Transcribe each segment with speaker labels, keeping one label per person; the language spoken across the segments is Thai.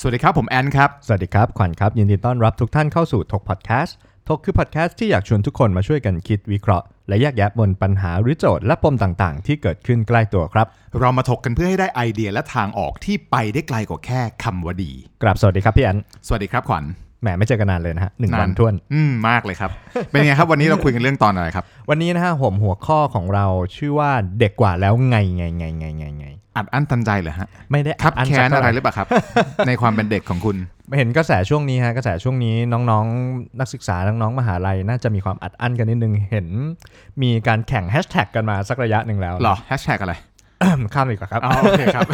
Speaker 1: สวัสดีครับผมแอนครับ
Speaker 2: สวัสดีครับ ขวัญครับ ยินดีต้อนรับทุกท่านเข้าสู่ทกพอดแคสต์ทกคือพอดแคสต์ที่อยากชวนทุกคนมาช่วยกันคิดวิเคราะห์ และแยกแยะบนปัญหาหรือโจทย์และปมต่างๆ ที่เกิดขึ้นใกล้ตัวครับ
Speaker 1: เรามาถกกันเพื่อให้ได้ไอเดียและทางออกที่ไปได้ไกลกว่าแค่คำว่าดี
Speaker 2: กราบสวัสดีครับพี่แอน
Speaker 1: สวัสดีครับขวัญ
Speaker 2: แหมไม่เจอกันนานเลยนะฮะหนึ่งวันา ท้วน
Speaker 1: อืมมากเลยครับ เป็นไงครับวันนี้เราคุยกันเรื่องตอนอะไรครับ
Speaker 2: วันนี้นะฮะผมหัวข้อของเราชื่อว่าเด็กกว่าแล้วไงไงไงไงไงไง
Speaker 1: อัดอั้นตันใจเหรอฮะ
Speaker 2: ไม่ได้
Speaker 1: ครับ
Speaker 2: อัน
Speaker 1: แค้น
Speaker 2: สักเท่า
Speaker 1: อะ
Speaker 2: ห
Speaker 1: ไรหรือเปล่าครับ ในความเป็นเด็กของคุณ
Speaker 2: เห็นกระแสช่วงนี้ฮะกระแสช่วงนี้น้องๆ นักศึกษาน้องๆมหาลัยน่าจะมีความอัดอั้นกันนิดนึงเห็น มีการแข่งแฮชแท็กกันมาสักระยะหนึ่งแล้ว
Speaker 1: หรอแฮชแท็กอะไร
Speaker 2: ข้ามเลยดีกว่าครับ
Speaker 1: อ๋อโอเคครับ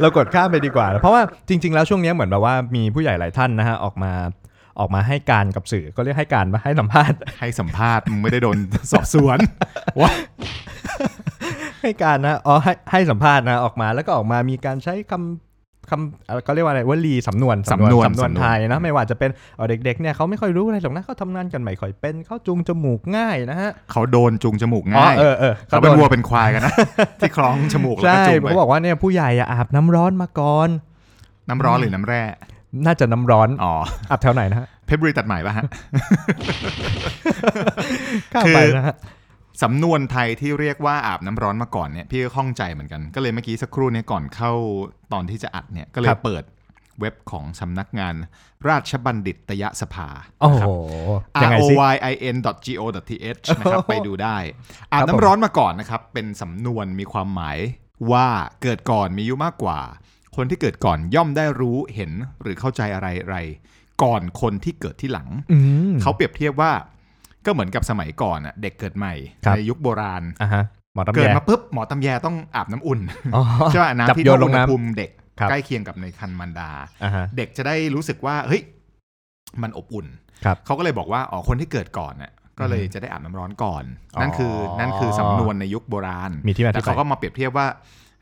Speaker 2: เรากดข้ามไปดีกว่านะเพราะว่าจริง ๆ แล้วช่วงเนี้ยเหมือนแบบว่ามีผู้ใหญ่หลายท่านนะฮะออกมาออกมาให้การกับสื่อก็เรียกให้การมาให้สัมภาษณ์
Speaker 1: ให้สัมภาษณ์มึงไม่ได้โดนสอบสวน วะ
Speaker 2: ให้การนะอ๋อให้ให้สัมภาษณ์นะออกมาแล้วก็ออกมามีการใช้คำคำเอ่อก็เรียกว่าอะไรวลีสำนวนสำนวนไทยนะไม่ว่าจะเป็นเอ่อเด็กๆเนี่ยเขาไม่ค่อยรู้อะไรหรอกนะเขาทำงานกันไม่ค่อยเป็นเขาจูงจมูกง่ายนะฮะ
Speaker 1: เขาโดนจุงจมูก
Speaker 2: อ๋อ
Speaker 1: ง่าย
Speaker 2: เออเออ
Speaker 1: เขาเป็น
Speaker 2: โดน
Speaker 1: วัวเป็นควายกัน นะ ที่คล้องจมูกแล้ว
Speaker 2: ใช่
Speaker 1: ก็จุง
Speaker 2: ผ
Speaker 1: ไป
Speaker 2: มบอกว่าเนี่ยผู้ใหญ่อะอาบน้ำร้อนมาก่อน
Speaker 1: น้ำร้อนหรือน้ำแร่
Speaker 2: น่าจะน้ำร้อน
Speaker 1: อ๋อ
Speaker 2: อาบแถวไหนนะฮะ
Speaker 1: เพชรบุรีตัดใหม่ป่ะฮะ
Speaker 2: ข้าม
Speaker 1: คือ
Speaker 2: ไปนะฮะ
Speaker 1: สำนวนไทยที่เรียกว่าอาบน้ำร้อนมาก่อนเนี่ยพี่ก็ข้องใจเหมือนกัน ก็เลยเมื่อกี้สักครู่เนี้ก่อนเข้าตอนที่จะอัดเนี่ยก็เลยเปิดเว็บของสำนักงานราชบัณฑิตยสภา
Speaker 2: โอ้
Speaker 1: นะครับ
Speaker 2: โหยัง
Speaker 1: r
Speaker 2: ไง
Speaker 1: o
Speaker 2: สิ
Speaker 1: y i n g o t h นะครับ ไปดูได้ อาบ
Speaker 2: ผม
Speaker 1: น้ำร้อนมาก่อนนะครับ เป็นสำนวนมีความหมายว่าเกิดก่อนมีอายุมากกว่า คนที่เกิดก่อนย่อมได้รู้เห็นหรือเข้าใจอะไรอะไรก่อนคนที่เกิดที่หลัง
Speaker 2: อืม
Speaker 1: เขาเปรียบเทียบว่าก็เหมือนกับสมัยก่อนอะเด็กเกิดใหม่
Speaker 2: ครับ
Speaker 1: ในยุคโบราณ
Speaker 2: อ่ะฮะหมอตำ
Speaker 1: เกิ
Speaker 2: แย
Speaker 1: ดมาปุ๊บหมอตำแยต้องอาบน้ำอุ่น
Speaker 2: อ๋อ
Speaker 1: ใช่ป่ะน้ำที่
Speaker 2: จับโย
Speaker 1: เท่าน
Speaker 2: ล
Speaker 1: อุ
Speaker 2: ง
Speaker 1: ณห
Speaker 2: น้ำ
Speaker 1: ภูมิเด็ก
Speaker 2: ครับ
Speaker 1: ใกล้เคียงกับในคันมันดา
Speaker 2: อ่ะฮะ
Speaker 1: เด็กจะได้รู้สึกว่าเฮ้ยมันอบอุ่น
Speaker 2: ครับ
Speaker 1: เขาก็เลยบอกว่าอ๋อคนที่เกิดก่อนน่ะก็เลยจะได้อาบน้ำร้อนก่อน
Speaker 2: อ๋อ
Speaker 1: นั่นคือนั่นคือสำนวนในยุคโบราณ
Speaker 2: มีที่มาที่
Speaker 1: แต่เขา
Speaker 2: ไป
Speaker 1: ก็มาเปรียบเทียบว่า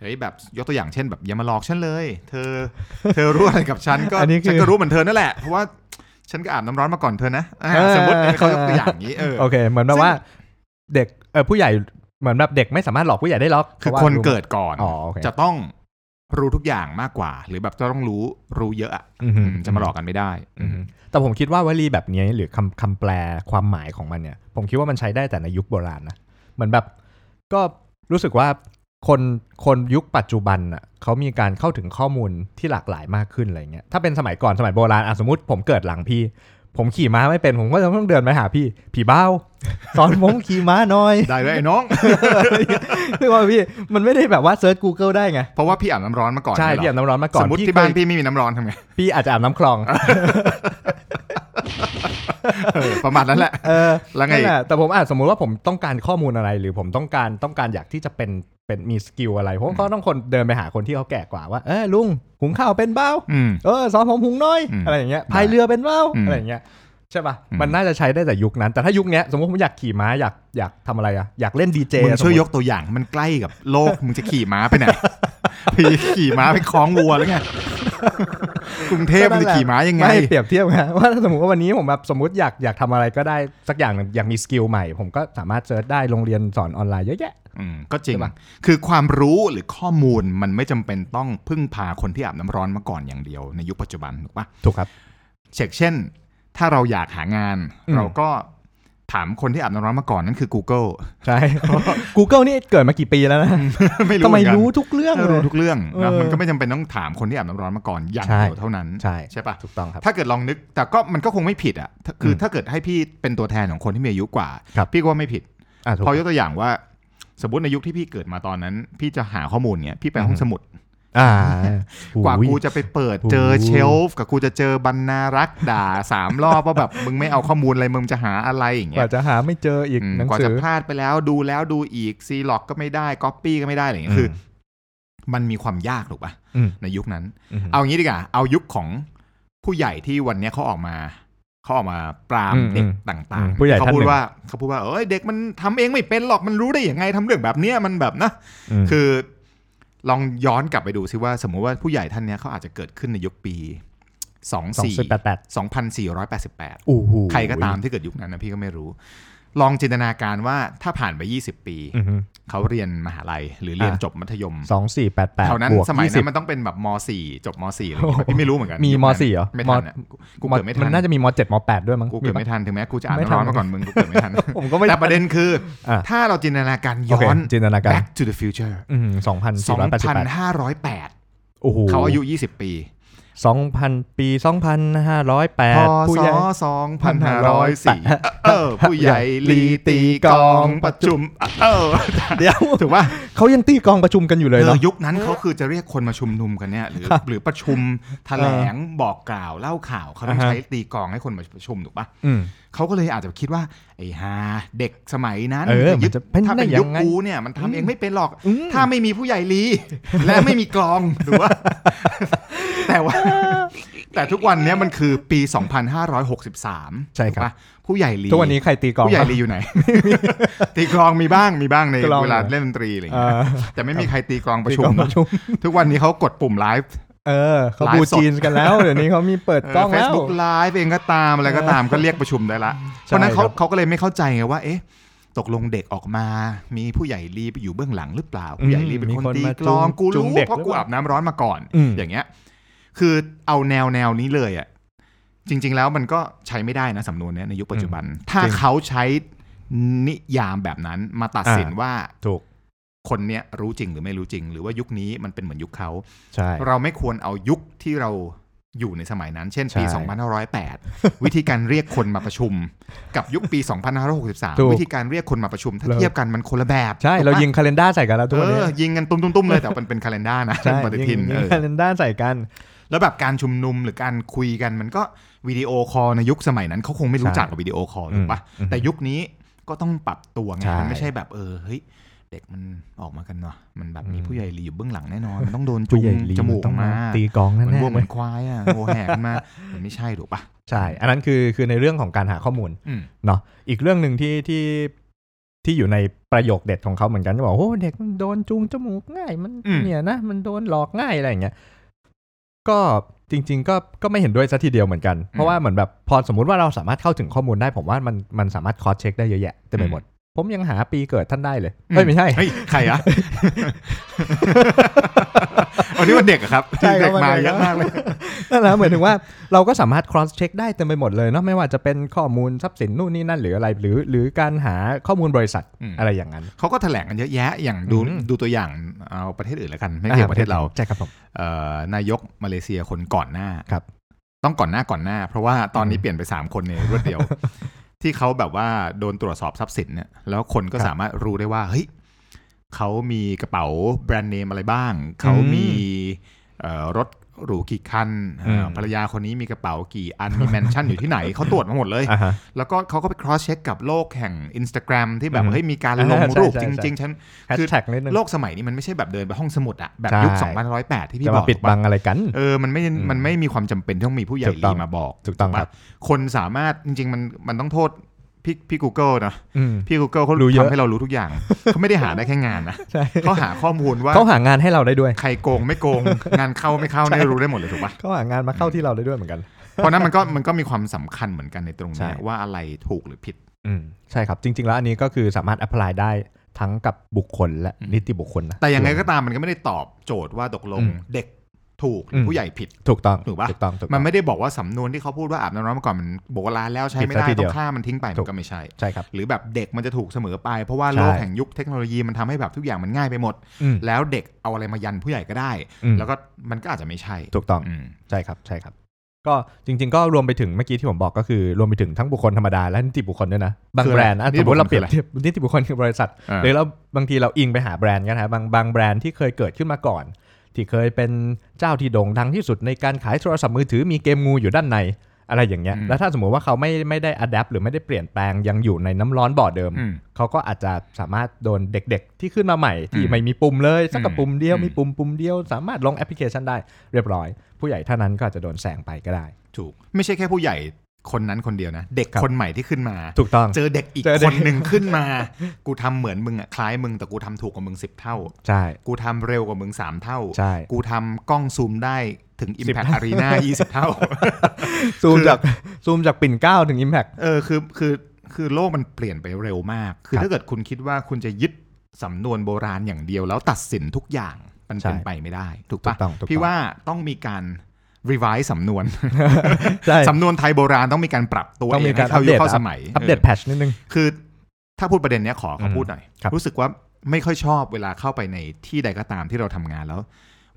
Speaker 1: เฮ้ยแบบยกตัวอย่างเช่นแบบอย่ามาหลอกฉันเลย เธ อ เธอรู้อะไรกับฉันก็
Speaker 2: อันนี้คือ
Speaker 1: ฉันก็รู้เหมือนเธอนั่นแหละเพราะว่าฉันก็อาบน้ำร้อนมาก่อนเธอนะอ่า
Speaker 2: เออ
Speaker 1: สมมติเขายกตัวอย่างอย่างนี้เออ
Speaker 2: โอเคเหมือนแบ
Speaker 1: ซึ่
Speaker 2: บ
Speaker 1: ง
Speaker 2: ว่าเด็กเออผู้ใหญ่เหมือนแบบเด็กไม่สามารถหลอกผู้ใหญ่ได้หรอก
Speaker 1: คือ
Speaker 2: พราะว่า
Speaker 1: คน
Speaker 2: รู้
Speaker 1: เกิดก่อน
Speaker 2: อ๋อโอเค
Speaker 1: จะต้องรู้ทุกอย่างมากกว่า หรือแบบจะต้องรู้รู้เยอะอะ
Speaker 2: อือฮึ
Speaker 1: อืมจะมาหลอกกันไม่ได้
Speaker 2: อือฮึแต่ผมคิดว่าวลีแบบนี้หรือคำคำแปลความหมายของมันเนี่ย ผมคิดว่ามันใช้ได้แต่ในยุคโบราณนะเหมือนแบบก็รู้สึกว่าคนคนยุคปัจจุบันอ่ะเขามีการเข้าถึงข้อมูลที่หลากหลายมากขึ้นอะไรเงี้ยถ้าเป็นสมัยก่อนสมัยโบราณอ่ะสมมติผมเกิดหลังพี่ ผมขี่ม้าไม่เป็นผมก็จะต้องเดินไปหาพี่ ผีเบ้าสอนผม ขี่ม้าหน่อย
Speaker 1: ได้เลยไอ้น้อง
Speaker 2: นึกว่าพี่มันไม่ได้แบบว่าเซิร์ช Google ได้ไง
Speaker 1: เพราะว่าพี่อาบน้ำร้อนมาก่อน
Speaker 2: ใช่
Speaker 1: เนี่ยเหรอ
Speaker 2: พี่อาบน้ำร้อนมาก่อ
Speaker 1: ส
Speaker 2: น
Speaker 1: มมติ
Speaker 2: พี่
Speaker 1: ที่บ้าน
Speaker 2: เคย
Speaker 1: พี่ไม่มีน้ำร้อนทำไง
Speaker 2: พี่อาจจะอาบน้ำคลอง
Speaker 1: เออประมาณนั้นแหละ
Speaker 2: เออ
Speaker 1: แล้วไง
Speaker 2: นั่น
Speaker 1: อี
Speaker 2: แห
Speaker 1: ก
Speaker 2: ละแต่ผมอาจสมมุติว่าผมต้องการข้อมูลอะไร หรือผมต้องการต้องการอยากที่จะเป็นเป็นมีสกิลอะไรผมก็ต้องคนเดินไปหาคนที่เขาแก่กว่าว่าเออลุงหุงข้าวเป็นเบ้า
Speaker 1: อืม
Speaker 2: เออสอนผมหุงหน้อย
Speaker 1: อืม
Speaker 2: อะไรอย่างเงี้ยพายเรือเป็นเบ้า
Speaker 1: อืม
Speaker 2: อะไรอย่างเงี้ยใช่ป่ะ
Speaker 1: อืม
Speaker 2: มันน่าจะใช้ได้แต่ยุคนั้น แต่ถ้ายุคเนี้ยสมมติผมอยากขี่ม้าอยากอยากทำอะไรอะอยากเล่นดีเจ
Speaker 1: มึงช่วย
Speaker 2: สติ
Speaker 1: ยกตัวอย่างให้มันใกล้กับโลก มึงจะขี่ม้าไปไหน พี่ขี่ม้าไปคล้องวัวแล้วไง กรุงเทพมันจะขี่ม้ายังไง
Speaker 2: ไม่เปรียบเทียบไง ว่าถ้าสมมติว่าวันนี้ผมแบบสมมติอยากอยากทำอะไรก็ได้สักอย่างหนึ่งอยากมีสกิลใหม่ ผมก็สามารถเซิร์ชได้โรงเรียนสอนออนไลน์เยอะแยะ
Speaker 1: อืมก็จริง
Speaker 2: ใช่ปะ
Speaker 1: คือความรู้หรือข้อมูลมันไม่จำเป็นต้องพึ่งพาคนที่อาบน้ำร้อนมาก่อนอย่างเดียวในยุคปัจจุบันถูกปะ
Speaker 2: ถูกครับ
Speaker 1: เช่นเช่น ถ้าเราอยากหางาน
Speaker 2: อืม
Speaker 1: เราก็ถามคนที่อาบน้ำร้อนมาก่อนนั่นคือ Google
Speaker 2: ใช่ Google นี่เกิดมากี่ปีแล้วนะ
Speaker 1: ไม่รู้
Speaker 2: ทำไม
Speaker 1: เหอนกัน
Speaker 2: รู้ทุกเรื่อง
Speaker 1: เออ
Speaker 2: เล
Speaker 1: รู้
Speaker 2: ย
Speaker 1: ทุกเรื่อง
Speaker 2: เออ
Speaker 1: นะมันก็ไม่จำเป็นต้องถามคนที่อาบน้ำร้อนมาก่อนอย่าง
Speaker 2: ใช่
Speaker 1: เดียวเท่านั้น
Speaker 2: ใช่
Speaker 1: ใช่ปะ
Speaker 2: ถูกต้องครับ
Speaker 1: ถ้าเกิดลองนึกแต่ก็มันก็คงไม่ผิดอ่ะถ้าคืออ
Speaker 2: ม
Speaker 1: ถ้าเกิดให้พี่เป็นตัวแทนของคนที่มีอายุกว่า
Speaker 2: ครับ
Speaker 1: พี่ก็ว่าไม่ผิด
Speaker 2: อ่ะถูก
Speaker 1: พอยกตัวอย่างว่า สมมติในยุคที่พี่เกิดมาตอนนั้น พี่จะหาข้อมูลเนี่ยพี่ไปห้อ
Speaker 2: อื
Speaker 1: ง
Speaker 2: ม
Speaker 1: สมุด
Speaker 2: อ่า
Speaker 1: กว่ากูจะไปเปิดเจอ
Speaker 2: โอ้โห
Speaker 1: เชลฟ์กับกูจะเจอบรรณารักษ์ด่า สามรอบว่าแบบมึงไม่เอาข้อมูลอะไรมึงจะหาอะไรอย่าง
Speaker 2: ก
Speaker 1: เงี้ย
Speaker 2: ว่าจะหาไม่เจออีก
Speaker 1: อืม
Speaker 2: หนัง
Speaker 1: กว่า
Speaker 2: สื
Speaker 1: จะ
Speaker 2: อ
Speaker 1: พลาดไปแล้วดูแล้วดูอีกซีล็อกก็ไม่ได้ก๊อปปี้ก็ไม่ได้อะไรอย่างเงี้ยคือ มันมีความยากถูกปะ
Speaker 2: อืม
Speaker 1: ในยุคนั้น
Speaker 2: ม
Speaker 1: เอางี้ดีกว่าเอายุคของผู้ใหญ่ที่วันเนี้ยเขาออกมาเขาออกมาปราม
Speaker 2: อืม
Speaker 1: เด็ก
Speaker 2: อืม
Speaker 1: ต่างๆ
Speaker 2: อืมผู้ใหญ่
Speaker 1: เขา
Speaker 2: ท่าน
Speaker 1: พูด
Speaker 2: หนึ่ง
Speaker 1: ว่าเขาพูดว่าเอ้ยเด็กมันทำเองไม่เป็นหรอกมันรู้ได้ยังไงทำเรื่องแบบเนี้ยมันแบบนะ
Speaker 2: ม
Speaker 1: คือลองย้อนกลับไปดูซิว่า สมมุติว่าผู้ใหญ่ท่านเนี้ยเขาอาจจะเกิดขึ้นในยุคปีสอง
Speaker 2: สอง
Speaker 1: สี่
Speaker 2: สิบแปดแปด
Speaker 1: สองพันสี่ร้อยแปดสิบแปด
Speaker 2: โอ้โห
Speaker 1: ใครก็ตามที่เกิดยุคนั้นนะพี่ก็ไม่รู้ ลองจินตนาการว่าถ้าผ่านไป 20 ปี
Speaker 2: อือฮึ
Speaker 1: เขาเรียนมหาลัยหรือเรียน
Speaker 2: อ่ะ
Speaker 1: จบมัธยม
Speaker 2: สองสี่แปดแปด
Speaker 1: เท่านั้น
Speaker 2: บวก
Speaker 1: สมัย
Speaker 2: ยี่
Speaker 1: นั้
Speaker 2: สิบ
Speaker 1: นมันต้องเป็นแบบม .4 จบม .4 อะไรอย่างเงี้ยพี่ไม่รู้เหมือนกัน
Speaker 2: มี
Speaker 1: ยุค
Speaker 2: ม
Speaker 1: นั้น
Speaker 2: สี่เหรอ
Speaker 1: ไม่ทันอะ
Speaker 2: ม
Speaker 1: กูเกิดไม่ทั
Speaker 2: มัน
Speaker 1: น
Speaker 2: น่าจะมีมเจ็ดมแปดด้วยมั้ง
Speaker 1: กูเกิด
Speaker 2: มีปะ
Speaker 1: ไม่ทันถึงแม้กูจะอ่าน
Speaker 2: ไม่ทัน
Speaker 1: น้ำร้อนมาก่อนมึงกูเกิดไม่ทัน
Speaker 2: ผมก็ไม่
Speaker 1: แต่ประเด็นคืออ
Speaker 2: อ่ะ
Speaker 1: ถ้าเราจินตนาการ
Speaker 2: โอ
Speaker 1: ย้
Speaker 2: เค
Speaker 1: อน
Speaker 2: จินตนาการ
Speaker 1: back to the future
Speaker 2: สองพันสี่ร้อยแปดสิบแปด
Speaker 1: 2,508
Speaker 2: โอ้โห
Speaker 1: เขาอายุ 20 ปี
Speaker 2: สองพันปีสองพันห้าร้อยแป
Speaker 1: พ
Speaker 2: ด
Speaker 1: ศ
Speaker 2: ผู้ใหญ่
Speaker 1: 2504 เออ ผู้ใหญ่ลีตีกองประชุม เออ
Speaker 2: เดี๋ยว
Speaker 1: ถูกป่ะ
Speaker 2: เขายังตีกองประชุมกันอยู่เลย
Speaker 1: เอ
Speaker 2: เนาะ
Speaker 1: อยุคนั้นเขาคือจะเรียกคนมาชุมนุมกันเนี่ย หรือหรือประชุมแถลงบอกกล่าวเล่าข่าวเขาต้อง
Speaker 2: อ่าฮะ
Speaker 1: ใช้ตีกองให้คนมาประชุมถูกป่ะ
Speaker 2: อืม
Speaker 1: เขาก็เลยอาจจะคิดว่า ไอ้ฮาเด็กสมัยนั้น
Speaker 2: เออมัน
Speaker 1: ยุค
Speaker 2: จะเป็น
Speaker 1: ถ้าเป็น
Speaker 2: ได้ยัง
Speaker 1: ยุค
Speaker 2: ไง
Speaker 1: กูเนี่ยมันทำเองไม่เป็นหรอก
Speaker 2: อืม
Speaker 1: ถ้าไม่มีผู้ใหญ่ลี และไม่มีกลองหรือว่า แต่ว่า แต่ทุกวันเนี้ยมันคือปี 2563
Speaker 2: ใช่ครั
Speaker 1: ถู
Speaker 2: บ
Speaker 1: กปะผู้ใหญ่ลี
Speaker 2: ทุกวันนี้ใครตีกอง
Speaker 1: ผู้ใหญ่
Speaker 2: ครับ
Speaker 1: ลีอยู่ไหน ตีกลองมีบ้างมีบ้างใน
Speaker 2: กลอง
Speaker 1: เวลาเล่นดนตรีอะไรอย่าง
Speaker 2: เอ
Speaker 1: เงี้ย
Speaker 2: อ
Speaker 1: แต่ไม่มีใครตีกลองประ
Speaker 2: ตี
Speaker 1: ชุ
Speaker 2: กอ
Speaker 1: ม
Speaker 2: งประชุม
Speaker 1: ทุกวันนี้เขากดปุ่มไลฟ์
Speaker 2: เออเขา
Speaker 1: ไลฟ์
Speaker 2: บู
Speaker 1: สด
Speaker 2: จีนกันแล้ว เดี๋ยวนี้เขามีเปิดกล้อง
Speaker 1: เฟ
Speaker 2: แล้
Speaker 1: ซ
Speaker 2: ว
Speaker 1: บุ๊กไลฟ์เองก็ตามอะไรก็ตามก็เรียกประชุมได้ละ เพราะฉะนั้นเขาเขาก็เลยไม่เข้าใจไงว่า เอ๊ะ ตกลงเด็กออกมา มีผู้ใหญ่ลีไปอยู่เบื้องหลังหรือเปล่า ผู้ใหญ่ลีเป็น
Speaker 2: มี
Speaker 1: คน
Speaker 2: คน
Speaker 1: ตี
Speaker 2: มาก
Speaker 1: ลองกู
Speaker 2: จูง
Speaker 1: รู้
Speaker 2: เด็ก
Speaker 1: เพราะกูอาบน้ำร้อนมาก่อน
Speaker 2: อืม
Speaker 1: อย่างเงี้ย คือเอาแนวแนวนี้เลยอ่ะ จริง ๆ แล้วมันก็ใช้ไม่ได้นะสำนวนเนี้ยในยุคปัจจุบัน ถ้า
Speaker 2: จริง
Speaker 1: เขาใช้นิยามแบบนั้นมาตัดสินว่า
Speaker 2: ถูก
Speaker 1: คนเนี้ยรู้จริงหรือไม่รู้จริง หรือว่ายุคนี้มันเป็นเหมือนยุคเขา
Speaker 2: ใช่
Speaker 1: เราไม่ควรเอายุคที่เราอยู่ในสมัยนั้น เช่นปี
Speaker 2: ใช่
Speaker 1: 2508 วิธีการเรียกคนมาประชุม กับยุคปี
Speaker 2: ถูก
Speaker 1: 2563 วิธีการเรียกคนมาประชุมถ้า
Speaker 2: เรา
Speaker 1: เทียบกันมันคนละแบบ
Speaker 2: ใช่ เรายิ
Speaker 1: ง
Speaker 2: งคาล endar ใส่กันแล้วทุก
Speaker 1: เอ
Speaker 2: วันนี้
Speaker 1: อยิงกันตุ้มๆๆเลยแต่มันเป็นคาล endar นะ
Speaker 2: ใช่
Speaker 1: เป็นปฏิทิน
Speaker 2: ยิง
Speaker 1: เออ
Speaker 2: คาล endar ใส่กัน
Speaker 1: แล้วแบบการชุมนุมหรือการคุยกันมันก็วิดีโอคอลในยุคสมัยนั้นเขาคงไม่รู้จักกับวิดีโอคอลถูกปะ
Speaker 2: อืม
Speaker 1: แต่ยุคนี้ก็ต้องปรับตัวไง
Speaker 2: ใช่
Speaker 1: มันไม่ใช่แบบเออเฮ้ยเด็กมันออกมากันเนาะมันแบบมี
Speaker 2: อืม
Speaker 1: ผู้ใหญ่หลีอยู่เบื้องหลังแน่นอนมันต้องโดน
Speaker 2: ผู้
Speaker 1: จุง
Speaker 2: ใหญ่ลี
Speaker 1: จมูก
Speaker 2: ต้อง
Speaker 1: มา
Speaker 2: มาตีกอง
Speaker 1: เหมือน
Speaker 2: แน่
Speaker 1: วัว
Speaker 2: ๆ
Speaker 1: เห
Speaker 2: เล
Speaker 1: มือย นควาย อ่ะ โอแหกมา มันไม่ใช่ถูกปะ
Speaker 2: ใช่ อันนั้นคือคือในเรื่องของการหาข้อมูล
Speaker 1: อืม
Speaker 2: เนาะอีกเรื่องหนึ่งที่ที่ที่อยู่ในประโยคเด็ดของเขาเหมือนกันก็บอกโอ้เด็กมันโดนจูงจมูกง่าย มัน
Speaker 1: อืม
Speaker 2: เนี่ยนะมันโดนหลอกง่ายอะไรอย่างเงี้ยก็จริง ๆ ก็ก็ไม่เห็นด้วยซะทีเดียวเหมือนกัน เพราะว่าเหมือนแบบพอสมมุติว่าเราสามารถเข้าถึงข้อมูลได้ผมว่ามันมันสามารถคอสเช็คได้เยอะแยะเต็มไปหมด ผมยังหาปีเกิดท่านได้เลยเอ้ยไม่ใช่
Speaker 1: เฮ้ย ใคร อ่ะ อันนี้ว่าเด็กอะครับ
Speaker 2: ใช่ครับ
Speaker 1: เด็กมา
Speaker 2: วันเด็ก
Speaker 1: เยอะมากเลย
Speaker 2: นั่นแหละเหมือนถึงว่าเราก็สามารถ cross check ได้เต็มไปหมดเลยเนาะไม่ว่าจะเป็นข้อมูลทรัพย์สินนู่นนี่นั่นหรืออะไร หรือ หรือการหาข้อมูลบริษัท
Speaker 1: อืม
Speaker 2: อะไรอย่างนั้น
Speaker 1: เขาก็แถลงกันเยอะแยะ อย่างดู
Speaker 2: อืม
Speaker 1: ดูตัวอย่างเอาประเทศอื่นแล้วกัน ไม่เกี่ยวกับประเทศเรา
Speaker 2: ใช่ครับผม
Speaker 1: เอ่อนายกมาเลเซียคนก่อนหน้า
Speaker 2: ครับ
Speaker 1: ต้องก่อนหน้าก่อนหน้า เพราะว่าตอนนี้
Speaker 2: อืม
Speaker 1: เปลี่ยนไป 3 คนในรวดเดียว ที่เขาแบบว่าโดนตรวจสอบทรัพย์สินเนี่ยแล้วคนก็
Speaker 2: ครับ
Speaker 1: สามารถรู้ได้ว่าเฮ้ยเขามีกระเป๋าแบรนด์เนมอะไรบ้าง เขามีเอ่อรถหรูกี่คันเอ่ออ
Speaker 2: ม
Speaker 1: ภรรยาคนนี้มีกระเป๋ากี่อันมีแมนชั่นอยู่ที่ ไหน เขาตรวจมาหมดเลย
Speaker 2: อ่าฮะ
Speaker 1: แล้วก็เขาก็ไป cross check กับโลกแห่ง Instagram ที่แบบ
Speaker 2: อือฮึ
Speaker 1: เฮ้ยมีการลง
Speaker 2: อ่าใช่
Speaker 1: รูป
Speaker 2: ใช่
Speaker 1: จ
Speaker 2: ใช่
Speaker 1: ริง ๆ ฉัน
Speaker 2: แฮช
Speaker 1: คือ
Speaker 2: แท็กนิดนึง
Speaker 1: โลกสมัยนี้มันไม่ใช่แบบเดินไปห้องสมุดอะแบบ
Speaker 2: ใช่
Speaker 1: ยุค2508 ที่พี่
Speaker 2: จะ
Speaker 1: บ
Speaker 2: มา
Speaker 1: อก
Speaker 2: ปิด
Speaker 1: ถูกปะ
Speaker 2: บังอะไรกัน
Speaker 1: เออ มันไม่
Speaker 2: อืม
Speaker 1: มันไม่มีความจำเป็นที่ต้องมีผู้ใหญ่
Speaker 2: ถูกต้
Speaker 1: ลี
Speaker 2: อง
Speaker 1: มาบอก
Speaker 2: ถูกต้อง
Speaker 1: ปะ
Speaker 2: ครับ
Speaker 1: คนสามารถจริง ๆ มัน มันต้องโทษพี่พี่ Google นะ
Speaker 2: อืม
Speaker 1: พี่ Google เขา
Speaker 2: รู้เยอะ
Speaker 1: ทำให้เรารู้ทุกอย่าง เขาไม่ได้หาได้แค่งานนะ
Speaker 2: ใช่
Speaker 1: เขาหาข้อมูลว่า
Speaker 2: เขาหางานให้เราได้ด้วย
Speaker 1: ใครโกงไม่โกง งานเข้าไม่เข้าเนี่ยรู้ได้หมดเลยถูกปะ
Speaker 2: เขาหางานมาเข้าที่เราได้ด้วยเหมือนกัน
Speaker 1: เพราะนั้นมันก็ มันก็มีความสำคัญเหมือนกันในตรง
Speaker 2: ใช่
Speaker 1: เนี้ยว่าอะไรถูกหรือผิด
Speaker 2: อืมใช่ครับ จริง ๆ แล้วอันนี้ก็คือสามารถ apply ได้ทั้งกับบุคคลและ
Speaker 1: อืม
Speaker 2: นิติบุคคลนะ
Speaker 1: แต่ยังไงก็ตามมันก็ไม่ได้ตอบโจทย์ว่าตกลง
Speaker 2: อืม
Speaker 1: เด็กถูกหรืออ
Speaker 2: ม
Speaker 1: ผู้ใหญ่ผิด
Speaker 2: ถูกต้อง
Speaker 1: ถูกปะ
Speaker 2: ถูกต้องถูก
Speaker 1: มั
Speaker 2: ต้อน ง
Speaker 1: ไม่ได้บอกว่าสำนวนที่เขาพูดว่าอาบน้ำร้อนมาก่อนมันโบราณแล้วใช้ไม่ได้
Speaker 2: ผิดซะทีเดี
Speaker 1: ต้
Speaker 2: ย
Speaker 1: อ
Speaker 2: ว
Speaker 1: งฆ่ามันทิ้งไป
Speaker 2: ถู
Speaker 1: มัน
Speaker 2: ก
Speaker 1: ก็ไม่ใช่
Speaker 2: ใช่ครับ
Speaker 1: หรือแบบเด็กมันจะถูกเสมอไป เพราะว่า
Speaker 2: ใช่
Speaker 1: โลกแห่งยุคเทคโนโลยีมันทำให้แบบทุกอย่างมันง่ายไปหมด
Speaker 2: อืม
Speaker 1: แล้วเด็กเอาอะไรมายันผู้ใหญ่ก็ได้
Speaker 2: อืม
Speaker 1: แล้วก็มันก็อาจจะไม่ใช่
Speaker 2: ถูกต้อง
Speaker 1: อืม
Speaker 2: ใช่ครับใช่ครับ ก็จริง ๆ ก็รวมไปถึงเมื่อกี้ที่ผมบอกก็คือรวมไปถึงทั้งบุคคลธรรมดาและนิติบุคคลด้วยนะบางแบรนด์อ่ะสมมติเราเปรียบเทียบนิติบุคคลคือบริษัท
Speaker 1: อ่า
Speaker 2: หรือเราบางทีเราอิงไปหาแบรนด์กันนะบางบางแบรนด์ที่เคยเกิดขึ้นมาก่อน ที่เคยเป็นเจ้าที่โด่งดังที่สุดในการขายโทรศัพท์มือถือมีเกมงูอยู่ด้านในอะไรอย่างเงี้ย
Speaker 1: อืม
Speaker 2: แล้วถ้าสมมุติว่าเขาไม่ไม่ได้อัดแอปหรือไม่ได้เปลี่ยนแปลงยังอยู่ในน้ำร้อนบ่อเดิม
Speaker 1: อืม
Speaker 2: เขาก็อาจจะสามารถโดนเด็กๆ ที่ขึ้นมาใหม่ ที่
Speaker 1: อืม
Speaker 2: ไม่มีปุ่มเลยสักกับ
Speaker 1: อืม
Speaker 2: ปุ่มเดียว
Speaker 1: อืม
Speaker 2: มีปุ่มปุ่มเดียวสามารถลงแอปพลิเคชันได้เรียบร้อย ผู้ใหญ่เท่านั้นก็อาจจะโดนแซงไปก็ได้
Speaker 1: ถูก ไม่ใช่แค่ผู้ใหญ่คนนั้นคนเดียวนะ เด็ก
Speaker 2: ครับ
Speaker 1: คนใหม่ที่ขึ้นมา
Speaker 2: ถูกต้อง
Speaker 1: เจอเด็กอีก
Speaker 2: เจอเด็
Speaker 1: ค
Speaker 2: ก
Speaker 1: นหนึ่งขึ้นมา กูทำเหมือนมึงอะคล้ายมึงแต่กูทำถูกกว่ามึงสิบเท่า
Speaker 2: ใช่
Speaker 1: กูทำเร็วกว่ามึงสามเท่า
Speaker 2: ใช่
Speaker 1: กูทำกล้องซูมได้ถึง Impact Arena 20 เท่า
Speaker 2: ซูมจากซูมจากปิ่นเกล้าถึง Impact
Speaker 1: เออคือคือ คือโลกมันเปลี่ยนไปเร็วมาก คือ
Speaker 2: ครับ
Speaker 1: ถ้าเกิดคุณคิดว่าคุณจะยึดสำนวนโบราณอย่างเดียว แล้วตัดสินทุกอย่างมันเป็น
Speaker 2: ใช่
Speaker 1: ไปไม่ได้ ถูก
Speaker 2: ถู
Speaker 1: ปะ
Speaker 2: กต้องถูกต้อง
Speaker 1: พี่ว่าต้องมีการ revise สำนวน
Speaker 2: ใช่
Speaker 1: สำนวนไทยโบราณต้องมีการปรับตัว
Speaker 2: ต้อง
Speaker 1: เอ
Speaker 2: มี
Speaker 1: ง
Speaker 2: การ
Speaker 1: ให้
Speaker 2: อั
Speaker 1: เข้า
Speaker 2: ป
Speaker 1: ยุ
Speaker 2: เด
Speaker 1: ค
Speaker 2: ต
Speaker 1: เข้าสมัย
Speaker 2: อัปเดต
Speaker 1: เออ
Speaker 2: แพทชนิดนึง
Speaker 1: คือถ้าพูดประเด็นเนี้ยขอขอ
Speaker 2: ม
Speaker 1: พูดหน่อย
Speaker 2: ครับ
Speaker 1: รู้สึกว่าไม่ค่อยชอบเวลาเข้าไปในที่ใดก็ตามที่เราทำงานแล้ว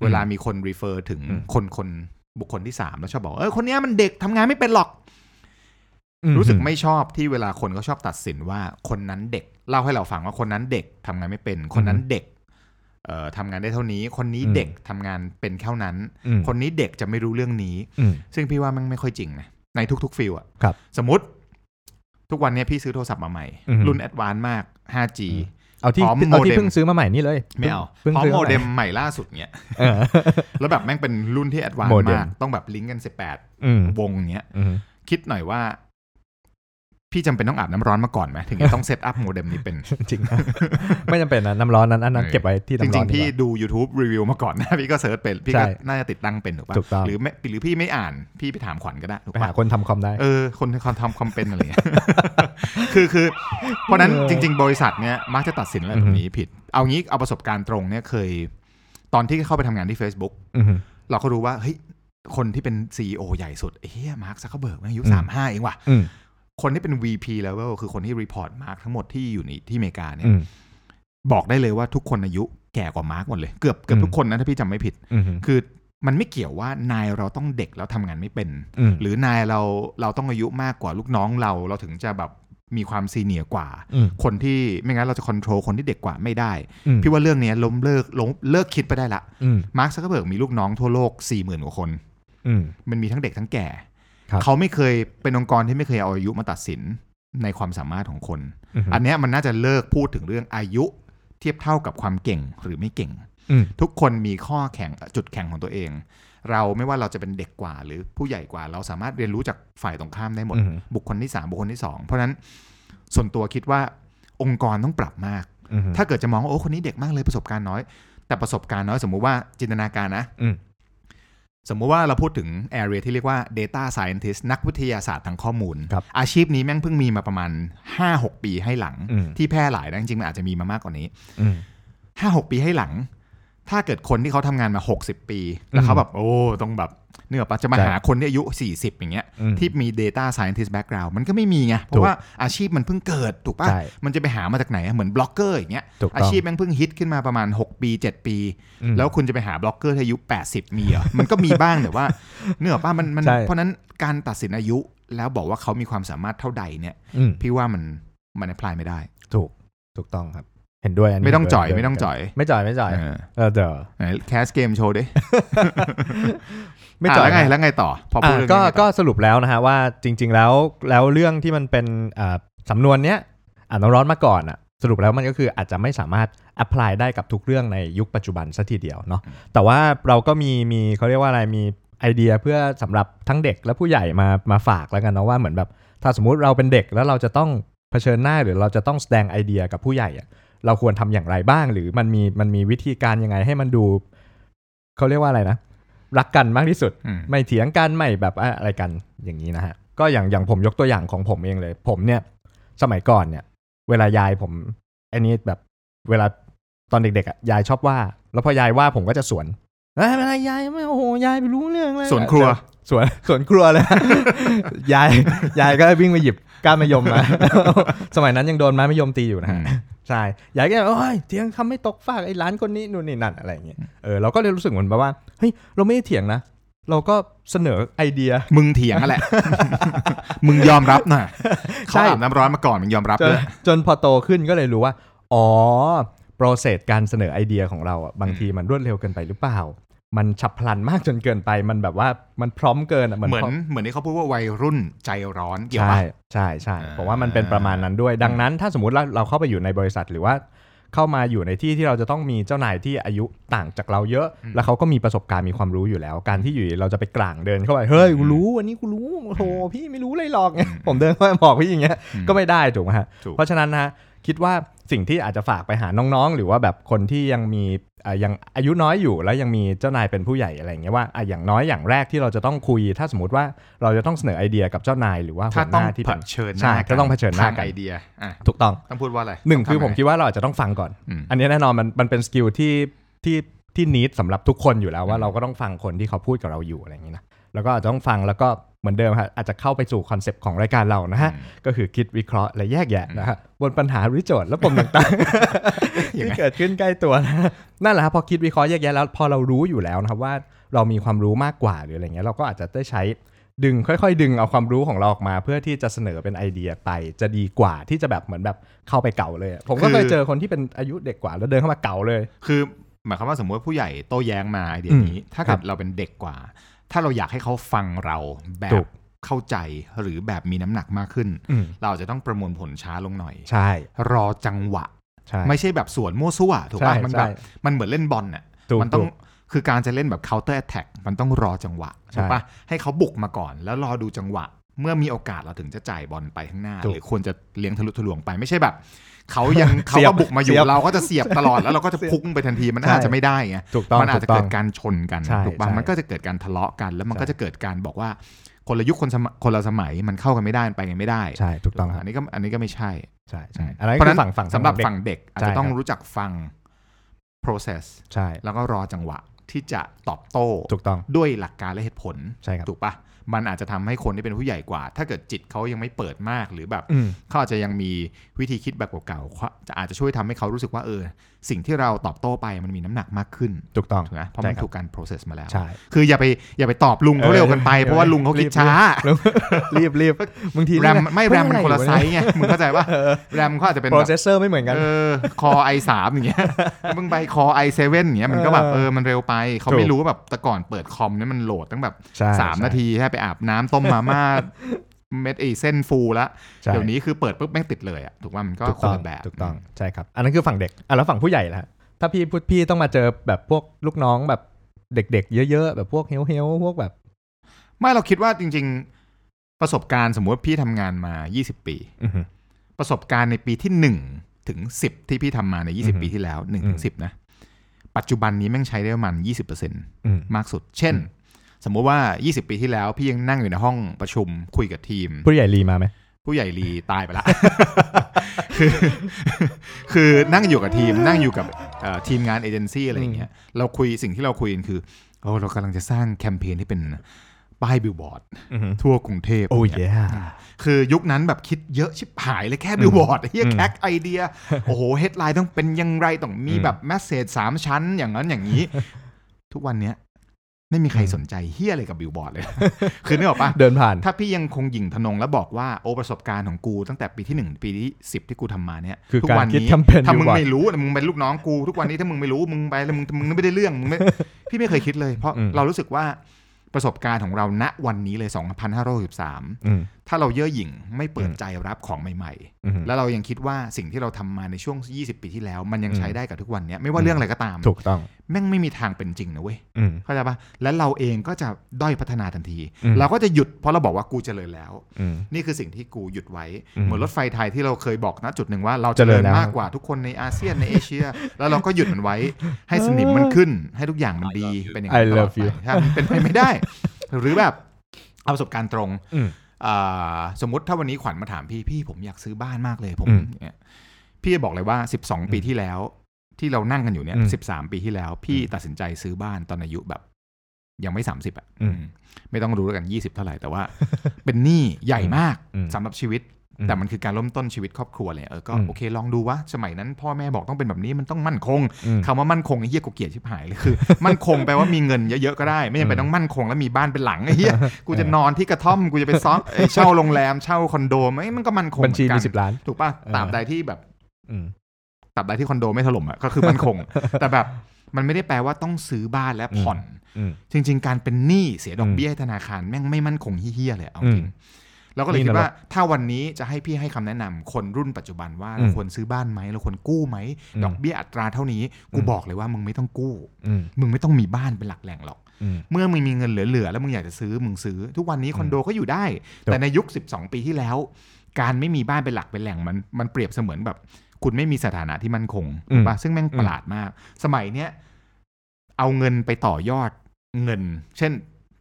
Speaker 1: เวลามีคน refer ถึง
Speaker 2: อืม
Speaker 1: คนคนบุคคลที่สามแล้วชอบบอกว่าเออคนเนี้ยมันเด็กทำงานไม่เป็นหรอก
Speaker 2: อื
Speaker 1: รู้สึกไม่ชอบที่เวลาคนก็ชอบตัดสินว่าคนนั้นเด็กเล่าให้เราฟังว่าคนนั้นเด็กทำงานไม่เป็น คนนั้นเด็กเอ่อทำงานได้เท่านี้ คนนี้เด็กทำงานเป็นเท่านั้น
Speaker 2: อืม
Speaker 1: คนนี้เด็กจะไม่รู้เรื่องนี้
Speaker 2: อืม
Speaker 1: ซึ่งพี่ว่ามันไม่ค่อยจริงนะในทุกๆฟิลอะ
Speaker 2: ครับ
Speaker 1: สมมติ ทุกวันเนี้ยพี่ซื้อโทรศัพท์มาใหม่
Speaker 2: อือฮึ
Speaker 1: รุ่นแอดวานซ์มาก 5G
Speaker 2: อืม เอาที่
Speaker 1: พร้อม
Speaker 2: เอา
Speaker 1: โม
Speaker 2: ที่
Speaker 1: เด็ม
Speaker 2: เพิ่งซื้อมาใหม่นี่เลย
Speaker 1: ไม่เอา
Speaker 2: เพิ่ง
Speaker 1: พร้อม
Speaker 2: ซื้อ
Speaker 1: โมเด็มา
Speaker 2: ให
Speaker 1: ใหม่ล่าสุดเนี้ย
Speaker 2: เออ
Speaker 1: แล้วแบบแม่งเป็นรุ่นที่แอดวาน
Speaker 2: โม
Speaker 1: ซ์
Speaker 2: เด็ม
Speaker 1: มากต้องแบบลิงก์กัน18
Speaker 2: อืม
Speaker 1: วงเนี้ย
Speaker 2: อื ม
Speaker 1: คิดหน่อยว่า พี่จำเป็นต้องอาบน้ำร้อนมาก่อนไหมถึงจะต้องเซตอัพโมเด็มนี้เป็น
Speaker 2: จริงนะ ไม่จำเป็นนะน้ำร้อนนั้นอันนั้น
Speaker 1: เออ
Speaker 2: เก็บไว้ที่
Speaker 1: จ
Speaker 2: น้ำร้
Speaker 1: ริ
Speaker 2: อง น
Speaker 1: ๆ
Speaker 2: ดี
Speaker 1: พี่
Speaker 2: กว่า
Speaker 1: ดู YouTube รีวิวมาก่อนนะ พี่ก็เซิร์ชเป็น พี่ก็
Speaker 2: ใช่
Speaker 1: น่าจะติดตั้งเป็นถูกปะ
Speaker 2: ถูกต้อง
Speaker 1: หรือไม่หรือพี่ไม่อ่านพี่ไปถามขวัญก็ได้ถูก
Speaker 2: ไปหา
Speaker 1: ปะ
Speaker 2: คนทำคอมได้
Speaker 1: เออ คนคนทำคอมเป็นอะไรเงี้ย คือคือ เพราะนั้นจริง ๆ บริษัทเนี้ยมักจะตัดสินอะไรแบบนี้ผิด เอางี้เอาประสบการณ์ตรงเนี่ยเคย ตอนที่เข้าไปทำงานที่ Facebook
Speaker 2: อือฮึ
Speaker 1: เราก็รู้ว่าเฮ้ยคนที่เป็น CEO ใหญ่สุดเฮียมาร์คซักเคอร์เบิร์กอายุ
Speaker 2: อืม
Speaker 1: สามห้าเองว่ะ
Speaker 2: อืม
Speaker 1: คนที่เป็น VP level คือคนที่รีพอร์ตมาร์กทั้งหมดที่อยู่ในที่อเมริกาเนี่ย
Speaker 2: อืม
Speaker 1: บอกได้เลยว่าทุกคนอายุแก่กว่ามาร์กหมดเลย เกือบเกือบ
Speaker 2: อืม
Speaker 1: ทุกคนนะถ้าพี่จำไม่ผิด
Speaker 2: อืม
Speaker 1: คือมันไม่เกี่ยวว่านายเราต้องเด็กแล้วทำงานไม่เป็น
Speaker 2: อืม
Speaker 1: หรือนายเราเราต้องอายุมากกว่าลูกน้องเราเราถึงจะแบบมีความซีเนียร์กว่า
Speaker 2: อืม
Speaker 1: คนที่ไม่งั้นเราจะค o n t r o l คนที่เด็กกว่าไม่ได้
Speaker 2: อืม
Speaker 1: พี่ว่าเรื่องเนี้ยล้มเลิกล้มเลิกคิดไปได้ละ
Speaker 2: อืม
Speaker 1: มาร์คซักเบิร์กมีลูกน้องทั่วโลก4ี่หมื่นกว่าคน
Speaker 2: อืม
Speaker 1: มันมีทั้งเด็กทั้งแก่
Speaker 2: ครับ
Speaker 1: เขาไม่เคยเป็นองค์กรที่ไม่เคยเอาอายุมาตัดสินในความสามารถของคน
Speaker 2: อืม
Speaker 1: อันเนี้ยมันน่าจะเลิกพูดถึงเรื่องอายุเทียบเท่ากับความเก่งหรือไม่เก่ง
Speaker 2: อืม
Speaker 1: ทุกคนมีข้อแข็งจุดแข็งของตัวเอง เราไม่ว่าเราจะเป็นเด็กกว่า หรือผู้ใหญ่กว่า เราสามารถเรียนรู้จากฝ่ายตรงข้ามได้หมด
Speaker 2: อือฮึ
Speaker 1: บุคคลที่สามบุคคลที่สองเพราะฉะนั้นส่วนตัวคิดว่าองค์กรต้องปรับมาก
Speaker 2: อืม
Speaker 1: ถ้าเกิดจะมองว่าโอ้คนนี้เด็กมากเลยประสบการณ์น้อย แต่ประสบการณ์น้อยสมมุติว่าจินตนาการนะ
Speaker 2: อืม
Speaker 1: สมมุติว่าเราพูดถึง area ที่เรียกว่า data scientist นักวิทยาศาสตร์ทางข้อมูล
Speaker 2: ครับ
Speaker 1: อาชีพนี้แม่งเพิ่งมีมาประมาณ 5-6 ปีให้หลัง
Speaker 2: อืม
Speaker 1: ที่แพร่หลายนะจริงๆมันอาจจะมีมามากกว่านี้
Speaker 2: อืม
Speaker 1: ห้าหกปีให้หลัง ถ้าเกิดคนที่เขาทำงานมาหกสิบปี แล้วเขา
Speaker 2: อืม
Speaker 1: แบบโอ้ต้องแบบเนื้อปะจะมา
Speaker 2: ใช่
Speaker 1: หาคนที่อายุสี่สิบอย่างเงี้ย
Speaker 2: อืม
Speaker 1: ที่มี Data Scientist Background มันก็ไม่มีไง เพราะว่าอาชีพมันเพิ่งเกิดถูกป่ะ
Speaker 2: ใช่
Speaker 1: มันจะไปหามาจากไหนอะเหมือนบล็อกเกอร์อย่างเงี้ย
Speaker 2: ถูกต้อง
Speaker 1: อาชีพแม่งเพิ่งฮิตขึ้นมาประมาณ 6 ปี 7 ปี
Speaker 2: อืม
Speaker 1: แล้วคุณจะไปหาบล็อกเกอร์ที่อายุ 80 มีเหรอ มันก็มีบ้าง แต่ว่าเนื้อป่ะมันมัน
Speaker 2: ใช่
Speaker 1: เพราะนั้นการตัดสินอายุแล้วบอกว่าเขามีความสามารถเท่าใดเนี่ย
Speaker 2: อืม
Speaker 1: พี่ว่ามันมันพลายไม่ได้
Speaker 2: ถูกถูกต้องครับ เห็นด้วยนนี้
Speaker 1: ไม่ต้องจ่อย
Speaker 2: เห็นด้ว
Speaker 1: ไม่ต้องจ่อย
Speaker 2: ไม่จ่อยไม่จ่อย
Speaker 1: เออ
Speaker 2: เออเดี๋ยว
Speaker 1: ไหนแคสเกมโชว์ดิ
Speaker 2: ไม่จ่อย
Speaker 1: ะแล้วไง
Speaker 2: นะ
Speaker 1: แล้วไงต่อ พอพูด
Speaker 2: อ่ะ
Speaker 1: เรื่อง
Speaker 2: ก็
Speaker 1: นี้ไงต่
Speaker 2: ก็
Speaker 1: อ
Speaker 2: สรุปแล้วนะฮะว่าจริง ๆ แล้วแล้วเรื่องที่มันเป็นอ่าสำนวนเนี้ยอ่านำร้อนมาก่อนอ่ะสรุปแล้วมันก็คืออาจจะไม่สามารถ apply ได้กับทุกเรื่องในยุคปัจจุบันซะทีเดียวเนาะแต่ว่าเราก็มีมีเขาเรียกว่าอะไรมีไอเดียเพื่อสำหรับทั้งเด็กและผู้ใหญ่มามาฝากแล้วกันเนาะว่าเหมือนแบบ ถ้าสมมุติเราเป็นเด็กแล้วเราจะต้องเผชิญหน้าหรือเราจะต้องแสดงไอเดียกับผู้ใหญ่อะเราควรทำอย่างไรบ้าง หรือมันมีมันมีวิธีการยังไงให้มันดูเขาเรียกว่าอะไรนะ รักกันมากที่สุด
Speaker 1: อืม
Speaker 2: ไม่เถียงกันไม่แบบอะอะไรกันอย่างนี้นะฮะก็อย่างอย่างผมยกตัวอย่างของผมเองเลย ผมเนี่ยสมัยก่อนเนี่ย เวลายายผมไอ้นี่แบบเวลาตอนเด็กๆอ่ะยายชอบว่า แล้วพอยายว่าผมก็จะสวนเอ้ยอะไรยายไม่โอ้โหยายไม่รู้เรื่องเลย
Speaker 1: สวนครัว
Speaker 2: สวนสวนครัวเลย ยายยายก็วิ่งไปหยิบก้านมะยมมา สมัยนั้นยังโดนไม้มะยมตีอยู่นะฮะ
Speaker 1: อืม
Speaker 2: ใช่ยายก็โอ้ยเถียงคำไม่ตกฟากไอ้ร้านคนนี้นู่นนี่นั่นอะไรอย่างเงี้ยเออเราก็เลยรู้สึกเหมือนแบบว่าเฮ้ยเราไม่ได้เถียงนะ เราก็เสนอไอเดีย
Speaker 1: มึงเถียง นั่นแหละ มึงยอมรับหน่อย
Speaker 2: ใช่
Speaker 1: เขาอาบน้ำร้อนมาก่อนมึงยอมรับ
Speaker 2: จน
Speaker 1: ด้วย
Speaker 2: จนพอโตขึ้นก็เลยรู้ว่า อ๋อโปรเซสการเสนอไอเดียของเราอ่ะบางทีมันรวดเร็วเกินไปหรือเปล่า มันฉับพลันมากจนเกินไปมันแบบว่ามันพร้อมเกินอะเหมือน
Speaker 1: เหมือ
Speaker 2: พ
Speaker 1: น
Speaker 2: อ
Speaker 1: เหมือนที่เขาพูดว่าวัยรุ่นใจร้อนเกี่ยว
Speaker 2: ใช่
Speaker 1: ปะ
Speaker 2: ใช่ใช่
Speaker 1: อ่า
Speaker 2: ผมว่ามันเป็นประมาณนั้นด้วย ดังนั้นถ้าสมมติเราเราเข้าไปอยู่ในบริษัทหรือว่า เข้ามาอยู่ในที่ที่เราจะต้องมีเจ้านายที่อายุต่างจากเราเยอะ แล้วเขาก็มีประสบการณ์มีความรู้อยู่แล้ว การที่อยู่ดีเราจะไปกลางเดินเข้าไปเฮ้ยกูรู้วันนี้กูรู้โอ้โหพี่ไม่รู้เลยหรอกเนี่ยผมเดินเข้าไปบอกพี่อย่างเงี้ยก็ไม่ได้ถูกไหมฮะ
Speaker 1: ถูก
Speaker 2: เพราะฉะนั้นนะฮะ คิดว่าสิ่งที่อาจจะฝากไปหาน้องๆ หรือว่าแบบคนที่ยังมีเอ่อยังอายุน้อยอยู่แล้วยังมีเจ้านายเป็นผู้ใหญ่อะไรอย่างเงี้ยว่าอ่ะอย่างน้อยอย่างแรกที่เราจะต้องคุย ถ้าสมมติว่าเราจะต้องเสนอไอเดียกับเจ้านายหรือว่าหั
Speaker 1: ถ้าว
Speaker 2: ห
Speaker 1: ต้อง
Speaker 2: น้าที่
Speaker 1: เผ
Speaker 2: เป็น
Speaker 1: ชิญห
Speaker 2: ใช่
Speaker 1: น้ากั
Speaker 2: ก็ต้องเผชิญหน้า
Speaker 1: ทง
Speaker 2: กัน
Speaker 1: ไอเดียอ่ะ
Speaker 2: ถูกต้อง
Speaker 1: ต้องพูดว่าอะไร
Speaker 2: หนึ่งคือ
Speaker 1: ต้ทำ
Speaker 2: ผม
Speaker 1: ยัไ
Speaker 2: คิดว่าเราอาจจะต้องฟังก่อน
Speaker 1: อืม
Speaker 2: อันนี้แน่นอนมันมันเป็นสกิลที่ที่ที่นิดสำหรับทุกคนอยู่แล้วว่าเราก็ต้องฟังคนที่เขาพูดกับเราอยู่อะไรอย่างนี้นะแล้วก็อาจจะต้องฟังแล้วก็เหมือนเดิมครับอาจจะเข้าไปสู่คอนเซปต์ของรายการเรานะฮะ ก็คือคิดวิเคราะห์และแยกแยะนะฮะบนปัญหาหรือโจทย์และปมต่างๆ ที่เกิดขึ้นใกล้ตัวนะฮะนั่นแหละครับพอคิดวิเคราะห์แยกแยะแล้วพอเรารู้อยู่แล้วนะครับว่าเรามีความรู้มากกว่าหรืออะไรเงี้ยเราก็อาจจะได้ใช้ดึงค่อย ๆ ดึงเอาความรู้ของเราออกมา เพื่อที่จะเสนอเป็นไอเดียไปจะดีกว่าที่จะแบบเหมือนแบบเข้าไปเก่าเลยอะผมก็
Speaker 1: คือ
Speaker 2: เคยเจอคนที่เป็นอายุเด็กกว่าแล้วเดินเข้ามาเก่าเลย
Speaker 1: คือหมายความว่าสมมติว่าผู้ใหญ่โต้แย้งมาไอเดีย
Speaker 2: อืม
Speaker 1: นี้ ถ้า
Speaker 2: ครั
Speaker 1: เกิ
Speaker 2: บ
Speaker 1: ดเราเป็นเด็กกว่า ถ้าเราอยากให้เขาฟังเราแบ
Speaker 2: ถู
Speaker 1: บ
Speaker 2: ก
Speaker 1: เข้าใจหรือแบบมีน้ำหนักมากขึ้น
Speaker 2: อืม
Speaker 1: เราจะต้องประมวลผลช้าลงหน่อย
Speaker 2: ใช่
Speaker 1: รอจังหวะ
Speaker 2: ใช่
Speaker 1: ไม่ใช่แบบสวนมั่วซั่วถูกป่ะ
Speaker 2: ใช่
Speaker 1: มันแบบ
Speaker 2: ใช่
Speaker 1: มันเหมือนเล่นบอลน่ะ
Speaker 2: ถูก
Speaker 1: มัต้อง
Speaker 2: ถูก
Speaker 1: คือการจะเล่นแบบ counter attack มันต้องรอจังหวะ
Speaker 2: ใช่
Speaker 1: ถูกป่ะให้เขาบุกมาก่อน แล้วรอดูจังหวะ เมื่อมีโอกาสเราถึงจะจ่ายบอลไปข้างหน้า
Speaker 2: ถูก
Speaker 1: หรือควรจะเลี้ยงทะลุทะลวงไปไม่ใช่แบบ เขายังเขา
Speaker 2: เสียบ
Speaker 1: ก็บุกมาอยู่
Speaker 2: เสียบ
Speaker 1: เราก็จะเสียบตลอดแล้วเราก็จะพุ่งไปทันทีมัน
Speaker 2: ใช่
Speaker 1: อาจจะไม่ได้ไง
Speaker 2: ถูกต้อง
Speaker 1: มัอาจ
Speaker 2: ถู
Speaker 1: จะ
Speaker 2: กต้
Speaker 1: เกิ
Speaker 2: อง
Speaker 1: ดการชนกัน
Speaker 2: ใช่
Speaker 1: ถูกป่ะ
Speaker 2: ใช่
Speaker 1: มันก็จะเกิดการทะเลาะกันแล้วมัน
Speaker 2: ใช่
Speaker 1: ก็จะเกิดการบอกว่าคนละยุคคนสมคนละสมัยมันเข้ากันไม่ได้มันไปกันไม่ได้
Speaker 2: ใช่ถูกต้องครับ
Speaker 1: อันนี้ก็อันนี้ก็ไม่ใช่
Speaker 2: ใช่ใช่อะไร
Speaker 1: เพราะ
Speaker 2: คื
Speaker 1: ฉะนั้
Speaker 2: อน ฝั่งฝั่ง
Speaker 1: สำหรับ
Speaker 2: เด็ก
Speaker 1: ฝั่งเด็กอาจ
Speaker 2: ใช่
Speaker 1: จะต้อง
Speaker 2: ครับ
Speaker 1: รู้จักฟัง process
Speaker 2: ใช่
Speaker 1: แล้วก็รอจังหวะที่จะตอบโต้
Speaker 2: ถูกต้อง
Speaker 1: ด้วยหลักการและเหตุผล
Speaker 2: ใช่ครับ
Speaker 1: ถูกปะมันอาจจะทำให้คนที่เป็นผู้ใหญ่กว่า ถ้าเกิดจิตเขายังไม่เปิดมากหรือแบบ
Speaker 2: อืม
Speaker 1: เขาอาจจะยังมีวิธีคิดแบบเก่าๆเขาจะอาจจะช่วยทำให้เขารู้สึกว่าเออ สิ่งที่เราตอบโต้ไปมันมีน้ำหนักมากขึ้น
Speaker 2: ถูกต้อง
Speaker 1: ถูกไหมเพราะ
Speaker 2: ใช่
Speaker 1: มัน
Speaker 2: คบ
Speaker 1: ถูกการ process มาแล้ว
Speaker 2: ใช่
Speaker 1: คืออย่าไปอย่าไปตอบลุงเขา
Speaker 2: เออ
Speaker 1: เร็วเกันไป
Speaker 2: เออ
Speaker 1: เพราะว่าลุงเขาคิด
Speaker 2: รีบ
Speaker 1: ช้า
Speaker 2: แล้ว รีบรีบ ๆบางที
Speaker 1: แรมไม่แรมมันคนละไซ
Speaker 2: ส์
Speaker 1: ส์ไงมึงเข้าใจปะแรมเขาอาจจะเป็น
Speaker 2: โปร
Speaker 1: แบบ
Speaker 2: เซสเซอร์ไม่เหมือนกัน
Speaker 1: เออคอ i3 อย่างเงี้ย มึงไปคอ i7 อย่างเงี้ยมันก็แบบเออมันเร็วไป เขา
Speaker 2: ถู
Speaker 1: ไม่
Speaker 2: ก
Speaker 1: รู้ว่าแบบแต่ก่อนเปิดคอมเนี่ยมันโหลดตั้งแบบ
Speaker 2: ใช่
Speaker 1: 3 นาทีแค่ไปอาบน้ำต้มมา ม่า เม็ดไอเส้นฟูละ
Speaker 2: ใช่
Speaker 1: เดี๋ยวนี้คือเปิดปุ๊บแม่งติดเลยอ่ะถูกว่ามันก็
Speaker 2: ถูก
Speaker 1: คน
Speaker 2: ต้อง
Speaker 1: ละแบบ
Speaker 2: ถูกต้องใช่ครับ อันนั้นคือฝั่งเด็กอ่ะแล้วฝั่งผู้ใหญ่ล่ะถ้าพี่พูดพี่ต้องมาเจอแบบพวกลูกน้องแบบเด็กๆ เยอะๆ แบบพวกเฮลเฮลพวกแบบ
Speaker 1: ไม่เราคิดว่าจริง ๆ ประสบการณ์สมมติว่าพี่ทำงานมา 20 ปี ประสบการณ์ในปีที่ 1 ถึง 10 ที่พี่ทำมาใน
Speaker 2: อือฮึ
Speaker 1: 20 ปีที่แล้ว1ถึง
Speaker 2: อืม
Speaker 1: 10นะปัจจุบันนี้แม่งใช้ได้ประมาณ20%
Speaker 2: อืม
Speaker 1: มากสุด เช่น สมมุติว่า 20 ปีที่แล้ว พี่ยังนั่งอยู่ในห้องประชุมคุยกับทีม
Speaker 2: ผู้ใหญ่รีมาไหม
Speaker 1: ผู้ใหญ่ลีตายไปละ คือคือนั่งอยู่กับทีมนั่งอยู่กับเอ่อทีมงานเอเจนซี่อะไรอย่างเงี้ยเราคุยสิ่งที่เราคุยกันคือโอ้เรากำลังจะสร้างแคมเปญที่เป็นป้ายบิลบอร์ด
Speaker 2: อือฮึ
Speaker 1: ทั่วกรุงเทพ
Speaker 2: โอ้ย
Speaker 1: เนี่ยคือยุคนั้นแบบคิดเยอะชิบหายเลยแค่บิลบอร์ดเฮียแคคไอเดีย โอ้โหเฮดไลน์ต้องเป็นอยังไรต้องมีแบบแมสเซจสามชั้นอย่างนั้นอย่าง นี้ ทุกวันเนี้ยไม่มีใคร
Speaker 2: อืม
Speaker 1: สนใจเฮียอะไรกับบิลบอร์ดเลย คือนึกออกปะ
Speaker 2: เดินผ่าน
Speaker 1: ถ้าพี่ยังคงหยิ่งทะนงแล้วบอกว่าโอประสบการณ์ของกูตั้งแต่ปีที่หนึ่งปีที่สิบที่กูทำมาเนี่ย
Speaker 2: คือ
Speaker 1: ทุ
Speaker 2: การ
Speaker 1: วั
Speaker 2: คิด
Speaker 1: นี้
Speaker 2: แคมเปญ
Speaker 1: ถ้ามึง
Speaker 2: อยู่บ่อย
Speaker 1: ไม่รู้นะมึงเป็นลูกน้องกู ทุกวันนี้ถ้ามึงไม่รู้มึงไปแล้วมึงมึงไม่ได้เรื่องมึงไม่ พี่ไม่เคยคิดเลย เพราะ
Speaker 2: อืม
Speaker 1: เรารู้สึกว่าประสบการณ์ของเราณวันนี้เลย 2563
Speaker 2: อืม
Speaker 1: ถ้าเราเย่อหยิ่งไม่เปิด
Speaker 2: อืม
Speaker 1: ใจรับของใหม่
Speaker 2: อืม
Speaker 1: ๆ แล้วเรายังคิดว่าสิ่งที่เราทำมาในช่วง 20 ปีที่แล้ว มันยัง
Speaker 2: อืม
Speaker 1: ใช้ได้กับทุกวันเนี้ยไม่ว่าเรื่องอะไรก็ตาม
Speaker 2: ถูกต้อง
Speaker 1: แม่งไม่มีทางเป็นจริงนะเว้ย
Speaker 2: อืม
Speaker 1: เข้าใจปะแล้วเราเองก็จะด้อยพัฒนาทันที
Speaker 2: อืม
Speaker 1: เราก็จะหยุดเพราะเราบอกว่ากูเจริญแล้ว
Speaker 2: อืม
Speaker 1: นี่คือสิ่งที่กูหยุดไว้
Speaker 2: อืม
Speaker 1: เหมือนรถไฟไทยที่เราเคยบอกณจุดหนึ่งว่าเรา
Speaker 2: เจ
Speaker 1: เจ
Speaker 2: ริ
Speaker 1: ริ
Speaker 2: ญ
Speaker 1: ญ
Speaker 2: แล้ว
Speaker 1: มากกว่าทุกคนในอาเซียนใน เอเชีย แล้วเราก็หยุดมันไว้ ให้สนิมมันขึ้น ให้ทุกอย่างมันดี เป็นอย่าง
Speaker 2: I
Speaker 1: นี้นตลอด
Speaker 2: love
Speaker 1: ไป
Speaker 2: you
Speaker 1: ถ้ามันเป็นไปไม่ได้ หรือแบบเอาประสบการณ์ตรง
Speaker 2: อืม
Speaker 1: อ่าสมมติถ้าวันนี้ขวัญมาถามพี่พี่ผมอยากซื้อบ้านมากเลยผม
Speaker 2: อืม
Speaker 1: เนี่ยพี่จะบอกเลยว่า 12 ปีที่แล้ว ที่เรานั่งกันอยู่เนี่ย
Speaker 2: อืม
Speaker 1: 13 ปีที่แล้ว พี่ตัดสินใจซื้อบ้านตอนอายุแบบ ยังไม่ 30อ่ะ
Speaker 2: อืม
Speaker 1: อืมไม่ต้องรู้แล้วกัน 20 เท่าไหร่แต่ ว่า เป็นหนี้ใหญ่มาก
Speaker 2: อืม
Speaker 1: สำหรับชีวิต
Speaker 2: อืม
Speaker 1: แต่มันคือการเริ่มต้นชีวิตครอบครัวเลยเออก็
Speaker 2: อืม
Speaker 1: โอเคลองดูว่าสมัยนั้นพ่อแม่บอกต้องเป็นแบบนี้มันต้องมั่นคง
Speaker 2: อืม
Speaker 1: คำว่ามั่นคงไอ้เหี้ยกูเกลียดชิบหาย เลยคือ มั่นคงแปลว่ามีเงินเยอะๆก็ได้ ไม่จำเป็นต้องมั่นคงแล้วมีบ้านเป็นหลังไอ้ เหี้ยกูจะนอนที่กระท่อมกูจะไปซ้อมเอ้ยเช่าโรงแรมเช่าคอนโดไม่มันก็มั่นคง
Speaker 2: บัญชี
Speaker 1: เห
Speaker 2: มี
Speaker 1: อน
Speaker 2: สิ
Speaker 1: กัน
Speaker 2: บล้าน
Speaker 1: ถูกป่ะ
Speaker 2: เออ
Speaker 1: ตราบใดที่แบบ
Speaker 2: อืม
Speaker 1: ตับใดที่คอนโดไม่ถล่มอะก็คือมันคง แต่แบบมันไม่ได้แปลว่าต้องซื้อบ้านและผ่อน
Speaker 2: อืม
Speaker 1: จริง ๆ การเป็นหนี้เสียดอกเบี้ยให้ธนาคารแม่งไม่มั่นคงเฮี้ยๆเลยเอาจริงเราก็เลยคิดว่า ถ้าวันนี้จะให้พี่ให้คำแนะนำคนรุ่นปัจจุบันว่า
Speaker 2: อืม
Speaker 1: เราควรซื้อบ้านไหมเราควรกู้ไหม
Speaker 2: อืม
Speaker 1: ดอกเบี้ยอัตราเท่านี้กูบอกเลยว่ามึงไม่ต้องกู้
Speaker 2: อืม
Speaker 1: มึงไม่ต้องมีบ้านเป็นหลักแหล่งหรอก
Speaker 2: อืม
Speaker 1: เมื่อมึงมีเงินเหลือๆแล้วมึงอยากจะซื้อมึงซื้อ ทุกวันนี้คอนโดก็อยู่ได้
Speaker 2: ครับ
Speaker 1: แต่ในยุค 12 ปีที่แล้ว การไม่มีบ้านเป็นหลักเป็นแหล่งมันมันเปรียบเสมือนแบบ คุณไม่มีสถานะที่มั่นคง
Speaker 2: อืม
Speaker 1: ป่ะซึ่งแม่งประหลาดมาก สมัยเนี้ยเอาเงินไปต่อยอดเงิน เช่น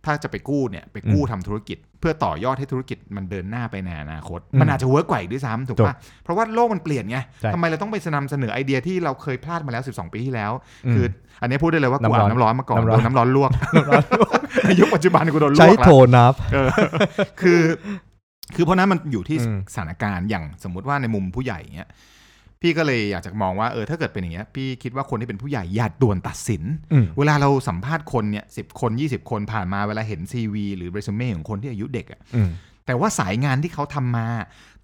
Speaker 1: ถ้าจะไปกู้เนี่ย ไปกู้ทำธุรกิจ เพื่อต่อยอดให้ธุรกิจมันเดินหน้าไปในอนาคต
Speaker 2: อืม
Speaker 1: มันอาจจะเวิร์กกว่าอีกด้วยซ้ำถูกป่ะเพราะว่าโลกมันเปลี่ยนไง
Speaker 2: ใช่
Speaker 1: ทำไมเราต้องไปนำเสนอไอเดียที่เราเคยพลาดมาแล้ว 12 ปีที่แล้ว
Speaker 2: อืม
Speaker 1: คืออันนี้พูดได้เลยว่ากูอาบ
Speaker 2: น้ำ
Speaker 1: น้ำ
Speaker 2: ร้
Speaker 1: ร้
Speaker 2: อ
Speaker 1: อน นมาก่อน
Speaker 2: น้ำร้อน
Speaker 1: โดนน้ำร้อนลวกใน ยุคปัจจุบันกูโดนลวก
Speaker 2: ใช้
Speaker 1: แล้ว
Speaker 2: โทนับ
Speaker 1: เออคือ คือเพราะนั้นมันอยู่ที่
Speaker 2: อืม
Speaker 1: สถานการณ์อย่างสมมุติว่าในมุมผู้ใหญ่เงี้ยพี่ก็เลยอยากจะมองว่าเออถ้าเกิดเป็นอย่างเงี้ยพี่คิดว่าคนที่เป็นผู้ใหญ่อย่าด่วนตัดสิน
Speaker 2: อืม
Speaker 1: เวลาเราสัมภาษณ์คนเนี่ยสิบคน 20 คนผ่านมาเวลาเห็น CV หรือเรซูเม่ของคนที่อายุเด็กอะ
Speaker 2: อืม
Speaker 1: แต่ว่าสายงานที่เขาทำมา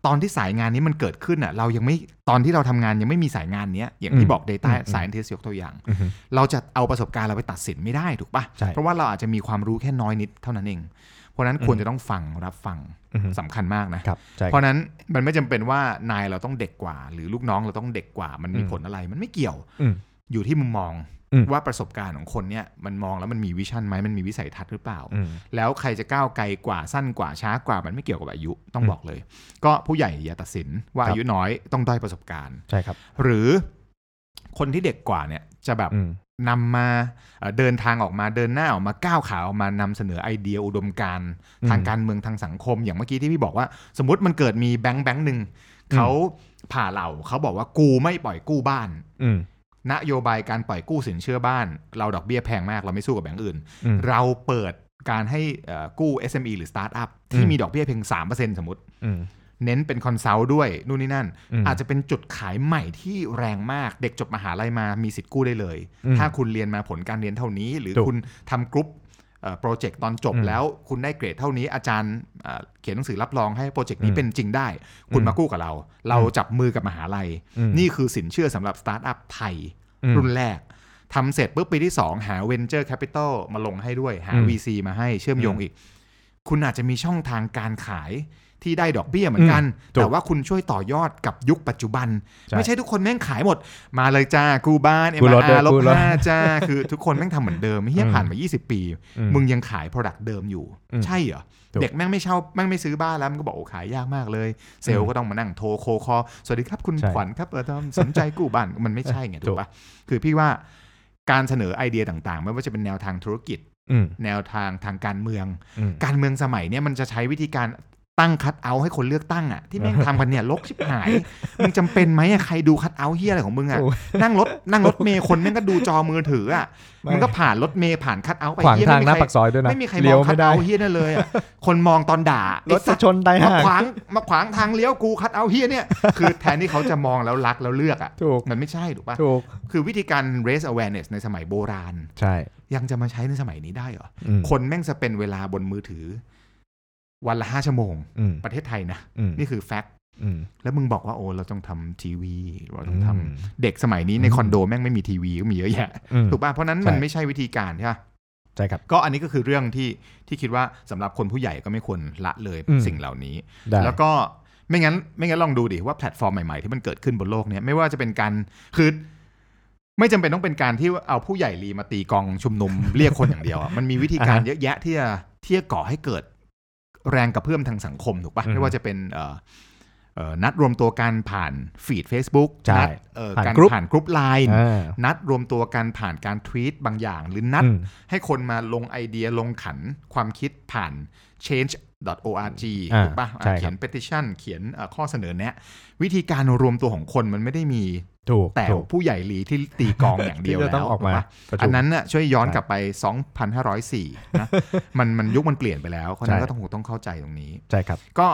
Speaker 1: ตอนที่สายงานนี้มันเกิดขึ้นอะเรายังไม่ตอนที่เราทำงานยังไม่มีสายงานเนี้ยอย่างที่บอก Data
Speaker 2: อืม
Speaker 1: s c i e n t i s t ยกตัวอย่าง
Speaker 2: อืม
Speaker 1: เราจะเอาประสบการณ์เราไปตัดสินไม่ได้ถูกปะ
Speaker 2: ใช่
Speaker 1: ่ะ เพราะว่าเราอาจจะมีความรู้แค่น้อยนิดเท่านั้นเอง เพราะฉะนั้นควรจะต้องฟังรับฟัง
Speaker 2: อืม
Speaker 1: สำคัญมากนะ
Speaker 2: ครับใช่
Speaker 1: เพราะฉะนั้นมันไม่จำเป็นว่านายเราต้องเด็กกว่า หรือลูกน้องเราต้องเด็กกว่า มันมีผลอะไรมันไม่เกี่ยว
Speaker 2: อืม
Speaker 1: อยู่ที่มุมมอง
Speaker 2: อืม
Speaker 1: ว่าประสบการณ์ของคนเนี่ยมันมองแล้วมันมีวิชั่นไหมมันมีวิสัยทัศน์หรือเปล่า
Speaker 2: อืม
Speaker 1: แล้วใครจะก้าวไกลกว่าสั้นกว่าช้ากว่ามันไม่เกี่ยวกับอายุต้อง
Speaker 2: อืม
Speaker 1: บอกเลย ก็ผู้ใหญ่อย่าตัดสินว่า
Speaker 2: ครับ
Speaker 1: อายุน้อยต้องด้อยประสบการณ์
Speaker 2: ใช่ครับ
Speaker 1: หรือคนที่เด็กกว่าเนี่ยจะแบบ
Speaker 2: อืม
Speaker 1: นำมาเอ่อเดินทางออกมาเดินหน้าออกมาก้าวขาออกมานำเสนอไอเดียอุดมการณ์
Speaker 2: อืม
Speaker 1: ทางการเมืองทางสังคม อย่างเมื่อกี้ที่พี่บอกว่า สมมติมันเกิดมีแบงค์แบงค์หนึ่ง
Speaker 2: ม
Speaker 1: เขาผ่าเหล่าเขาบอกว่ากูไม่ปล่อยกู้บ้าน
Speaker 2: อืม
Speaker 1: นโยบายการปล่อยกู้สินเชื่อบ้าน เราดอกเบี้ยแพงมาก เราไม่สู้กับแบงค์อื่น
Speaker 2: อืม
Speaker 1: เราเปิดการให้เอ่อกู้ SME หรือ Startup
Speaker 2: อื
Speaker 1: ที่
Speaker 2: ม
Speaker 1: มีดอกเบี้ยเพียง3%สมมติ
Speaker 2: อืม
Speaker 1: เน้นเป็นคอนซัลท์ด้วยนู่นนี่นั่น
Speaker 2: อืม
Speaker 1: อาจจะเป็นจุดขายใหม่ที่แรงมาก เด็กจบมหาลัยมามีสิทธิ์กู้ได้เลย
Speaker 2: อืม
Speaker 1: ถ้าคุณเรียนมาผลการเรียนเท่านี้ หรือ
Speaker 2: ถูก
Speaker 1: คุณทำกรุ๊ปโปรเจกต์ตอนจบ
Speaker 2: อืม
Speaker 1: แล้วคุณได้เกรดเท่านี้อาจารย์เอ่อเขียนหนังสือรับรองให้โปรเจกต์นี้
Speaker 2: อืม
Speaker 1: เป็นจริงได้ คุณ
Speaker 2: อืม
Speaker 1: มากู้กับเรา เราจับมือกับมหาลัย
Speaker 2: อืม
Speaker 1: นี่คือสินเชื่อสำหรับสตาร์ทอัพไทย
Speaker 2: อืม
Speaker 1: รุ่นแรกทำเสร็จปุ๊บปีที่ 2 หา Venture Capital มาลงให้ด้วยหา
Speaker 2: อืม
Speaker 1: VC มาให้เชื่อมโยง
Speaker 2: อืม
Speaker 1: อีก คุณอาจจะมีช่องทางการขายที่ได้ดอกเบี้ยเหมือนกัน
Speaker 2: ถูก
Speaker 1: แต่ว่าคุณช่วยต่อยอดกับยุคปัจจุบัน
Speaker 2: ใช่
Speaker 1: ไม่ใช่ทุกคนแม่งขายหมด มาเลยจ้ากูบ้านเอ็ม
Speaker 2: กูลดด้ว
Speaker 1: อาย ร์ลบ
Speaker 2: กูลด
Speaker 1: ห้าจ้า คือทุกคนแม่งทำเหมือนเดิมเฮียผ่านมา 20 ปี
Speaker 2: อืม
Speaker 1: มึงยังขาย Product เดิมอยู่
Speaker 2: อืม
Speaker 1: ใช่เหรอ
Speaker 2: ถูก
Speaker 1: เด็กแม่งไม่เช่าแม่งไม่ซื้อบ้านแล้วมันก็บอกโอ้ขายยากมากเลย เซลล์ก็ต้องมานั่งโทรโคคอ สวัสดีครับคุณ
Speaker 2: ใช่
Speaker 1: ขวัญครับเออถ้าสนใจกู้บ้านมันไม่ใช่ไง
Speaker 2: ถู
Speaker 1: ถู
Speaker 2: ก
Speaker 1: กปะคือพี่ว่าการเสนอไอเดียต่างๆ ไม่ว่าจะเป็นแนวทางธุรกิจ
Speaker 2: อืม
Speaker 1: แนวทางทางการเมือง
Speaker 2: อืม
Speaker 1: การเมืองสมัยเนี่ยมันจะใช้วิธีการตั้งคัดเอาท์ให้คนเลือกตั้งอ่ะที่แม่งทำกันเนี่ยลกชิบ หาย มึงจำเป็นไหมอ่ะใครดูคัดเอาท์เฮียอะไรของมึงอ่ะ
Speaker 2: โอ้ย
Speaker 1: นั่งรถนั่งรถเมย์คนแม่งก็ดูจอมือถืออ่ะ
Speaker 2: ไม่
Speaker 1: มันก็ผ่านรถเมย์ผ่านคัดเอาท์ไป
Speaker 2: ขวาง
Speaker 1: เหี้ย
Speaker 2: ทางหน้า
Speaker 1: ไม่มี
Speaker 2: ปากซอยด้วย
Speaker 1: ใคร
Speaker 2: นะ
Speaker 1: ไม่มีใครม
Speaker 2: เลี้ย
Speaker 1: อ
Speaker 2: ว
Speaker 1: งคั
Speaker 2: ไม่
Speaker 1: ด
Speaker 2: ได้
Speaker 1: เอาท์เฮียนั่นเลย อ่ะคนมองตอนด่าร ไอ้
Speaker 2: ถ
Speaker 1: สั
Speaker 2: จะ
Speaker 1: ตว์
Speaker 2: ชนได
Speaker 1: มา
Speaker 2: ห่าง
Speaker 1: ขวางมาขวางทางเลี้ยวกูคัดเอาท์เฮียเนี่ยคือแทนที่เขาจะมองแล้วรักแล้วเลือกอ่ะ
Speaker 2: ถูก
Speaker 1: มันไม่ใช่ถูกป่ะ
Speaker 2: ถูก
Speaker 1: คือวิธีการ raise awareness ในสมัยโบราณ
Speaker 2: ใช่
Speaker 1: ยังจะมาใช้ในสมัยนี้ได้เหรอ
Speaker 2: อืม
Speaker 1: คนแม่งจะเป็นเวลาบนมือถือ วันละห้าชั่วโมง
Speaker 2: อืม
Speaker 1: ประเทศไทยนะ
Speaker 2: อืม
Speaker 1: นี่คือแฟกต์
Speaker 2: อืม
Speaker 1: แล้วมึงบอกว่าโอ้เราต้องทำทีวี เราต้องท
Speaker 2: อืม
Speaker 1: ำเด็กสมัยนี้ในคอนโดแม่งไม่มีทีวีก็มีเยอะแยะ
Speaker 2: อืม
Speaker 1: ถูกป่ะเพราะนั้นมัน
Speaker 2: ใช่
Speaker 1: ไม่ใช่วิธีการใช่ปะ
Speaker 2: ใช่ครับ
Speaker 1: ก็อันนี้ก็คือเรื่องที่ที่คิดว่าสำหรับคนผู้ใหญ่ก็ไม่ควรละเลย
Speaker 2: อืม
Speaker 1: สิ่งเหล่านี้
Speaker 2: ได้
Speaker 1: แล้วก็ไม่งั้นไม่งั้นลองดูดิว่าแพลตฟอร์มใหม่ๆ ที่มันเกิดขึ้นบนโลกเนี้ยไม่ว่าจะเป็นการคือไม่จำเป็นต้องเป็นการที่เอาผู้ใหญ่ลีมาตีกองชุมนุม เรียกคนอย่างเดียวอะ มันมีวิธีการ
Speaker 2: อ่าฮะ
Speaker 1: เยอะแยะที่จะที่จะก่อให้เกิดแรงกระเพื่อมทางสังคมถูกปะ
Speaker 2: อืม
Speaker 1: ไม่ว่าจะเป็นเอ่อเอ่อนัดรวมตัวกันผ่านฟีด Facebook
Speaker 2: ใช่
Speaker 1: นัดเอ่อ
Speaker 2: ผ่าน
Speaker 1: การ
Speaker 2: กรุ๊ป
Speaker 1: ผ่านกรุ๊ปไลน์
Speaker 2: อ่า
Speaker 1: นัดรวมตัวกันผ่านการทวีตบางอย่าง หรือนัด
Speaker 2: อืม
Speaker 1: ให้คนมาลงไอเดียลงขันความคิดผ่าน change.org
Speaker 2: อ่า
Speaker 1: ถูกปะอ่ะ
Speaker 2: ใช่ครับ
Speaker 1: เขียน petition เขียนเอ่อข้อเสนอแนะ วิธีการรวมตัวของคนมันไม่ได้มี
Speaker 2: ถูก
Speaker 1: แต่
Speaker 2: ถูก
Speaker 1: ผู้ใหญ่หลีที่ตีกลองอย่างเดียว
Speaker 2: ที่จะ
Speaker 1: แล้ว
Speaker 2: ต้องออกมา
Speaker 1: ถูปะ
Speaker 2: ประชุม
Speaker 1: อันนั้นน่ะช่วยย้อน
Speaker 2: ใช่
Speaker 1: กลับไป 2,504 นะ มันมันยุคมันเปลี่ยนไปแล้วเพราะฉะนั้น
Speaker 2: ใช่
Speaker 1: ก็ต้องคงต้องเข้าใจตรงนี้
Speaker 2: ใช่ครับ
Speaker 1: ก็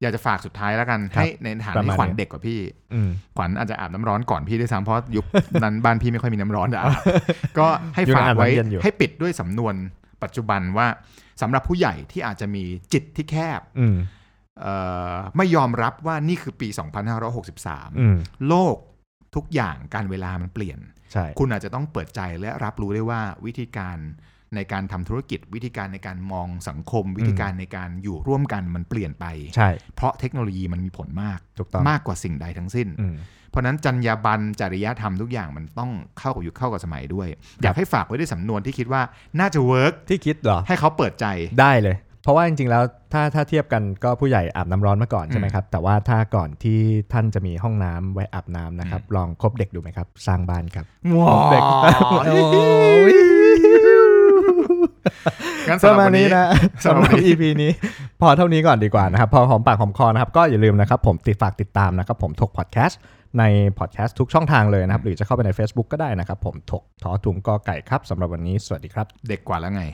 Speaker 1: อยากจะฝากสุดท้ายแล้วกัน
Speaker 2: ครับ
Speaker 1: ให้ในฐานะ
Speaker 2: ประมา
Speaker 1: ที่
Speaker 2: ณ
Speaker 1: ขวัญ
Speaker 2: นี้
Speaker 1: เด็กกว่าพี่
Speaker 2: อืม
Speaker 1: ขวัญอาจจะอาบน้ำร้อนก่อนพี่ด้วยซ้ำเพราะยุคนั้นบ้านพี่ไม่ค่อยมีน้ำร้อนอะ ก็ให้ฝากไว้
Speaker 2: อยู่ในอาบน้ำเย็นอยู่
Speaker 1: ให้ปิดด้วยสำนวนปัจจุบันว่าสำหรับผู้ใหญ่ที่อาจจะมีจิตที่แคบ
Speaker 2: อืม
Speaker 1: เอ่อไม่ยอมรับว่านี่คือปี
Speaker 2: อื
Speaker 1: 2563
Speaker 2: ม
Speaker 1: โลกทุกอย่างการเวลามันเปลี่ยน
Speaker 2: ใช่
Speaker 1: คุณอาจจะต้องเปิดใจและรับรู้ได้ว่าวิธีการในการทำธุรกิจ วิธีการในการมองสังคม วิธีการในการอยู่ร่วมกันมันเปลี่ยนไป
Speaker 2: ใช่
Speaker 1: เพราะเทคโนโลยีมันมีผลมาก
Speaker 2: ถูกต้อง
Speaker 1: มากกว่าสิ่งใดทั้งสิ้น
Speaker 2: อืม
Speaker 1: เพราะฉะนั้นจรรยาบรรณจริยธรรมทุกอย่างมันต้องเข้ากับยุคเข้ากับสมัยด้วย อยากให้ฝากไว้ด้วยสำนวนที่คิดว่าน่าจะเวิร์ก
Speaker 2: ที่คิดเหรอ
Speaker 1: ให้เขาเปิดใจ
Speaker 2: ได้เลย เพราะว่าจริงๆแล้วถ้าถ้าเทียบกันก็ผู้ใหญ่อาบน้ำร้อนมาก่อนใช่ไหมครับ แต่ว่าถ้าก่อนที่ท่านจะมีห้องน้ำไว้อาบน้ำนะครับ ลองคบเด็กดูไหมครับ สร้างบ้านครับ
Speaker 1: ว้าว
Speaker 2: เด็ก
Speaker 1: งั้น
Speaker 2: ป
Speaker 1: สำห
Speaker 2: ระ
Speaker 1: รับ
Speaker 2: มาณ
Speaker 1: วัน
Speaker 2: นี้
Speaker 1: นี้
Speaker 2: นะ
Speaker 1: สำหรับ
Speaker 2: สำห
Speaker 1: วั
Speaker 2: รับ
Speaker 1: นนี้
Speaker 2: EP นี้ พอเท่านี้ก่อนดีกว่านะครับ พอหอมปากหอมคอนะครับ ก็อย่าลืมนะครับ ผมติดฝากติดตามนะครับ ผมถกพอดแคสต์ในพอดแคสต์ทุกช่องทางเลยนะครับ หรือจะเข้าไปใน Facebook ก็ได้นะครับ ผมถกทอถุงกอไก่ครับสำหรับวันนี้สวัสดีครับ
Speaker 1: เด็กกว่าแล้วไง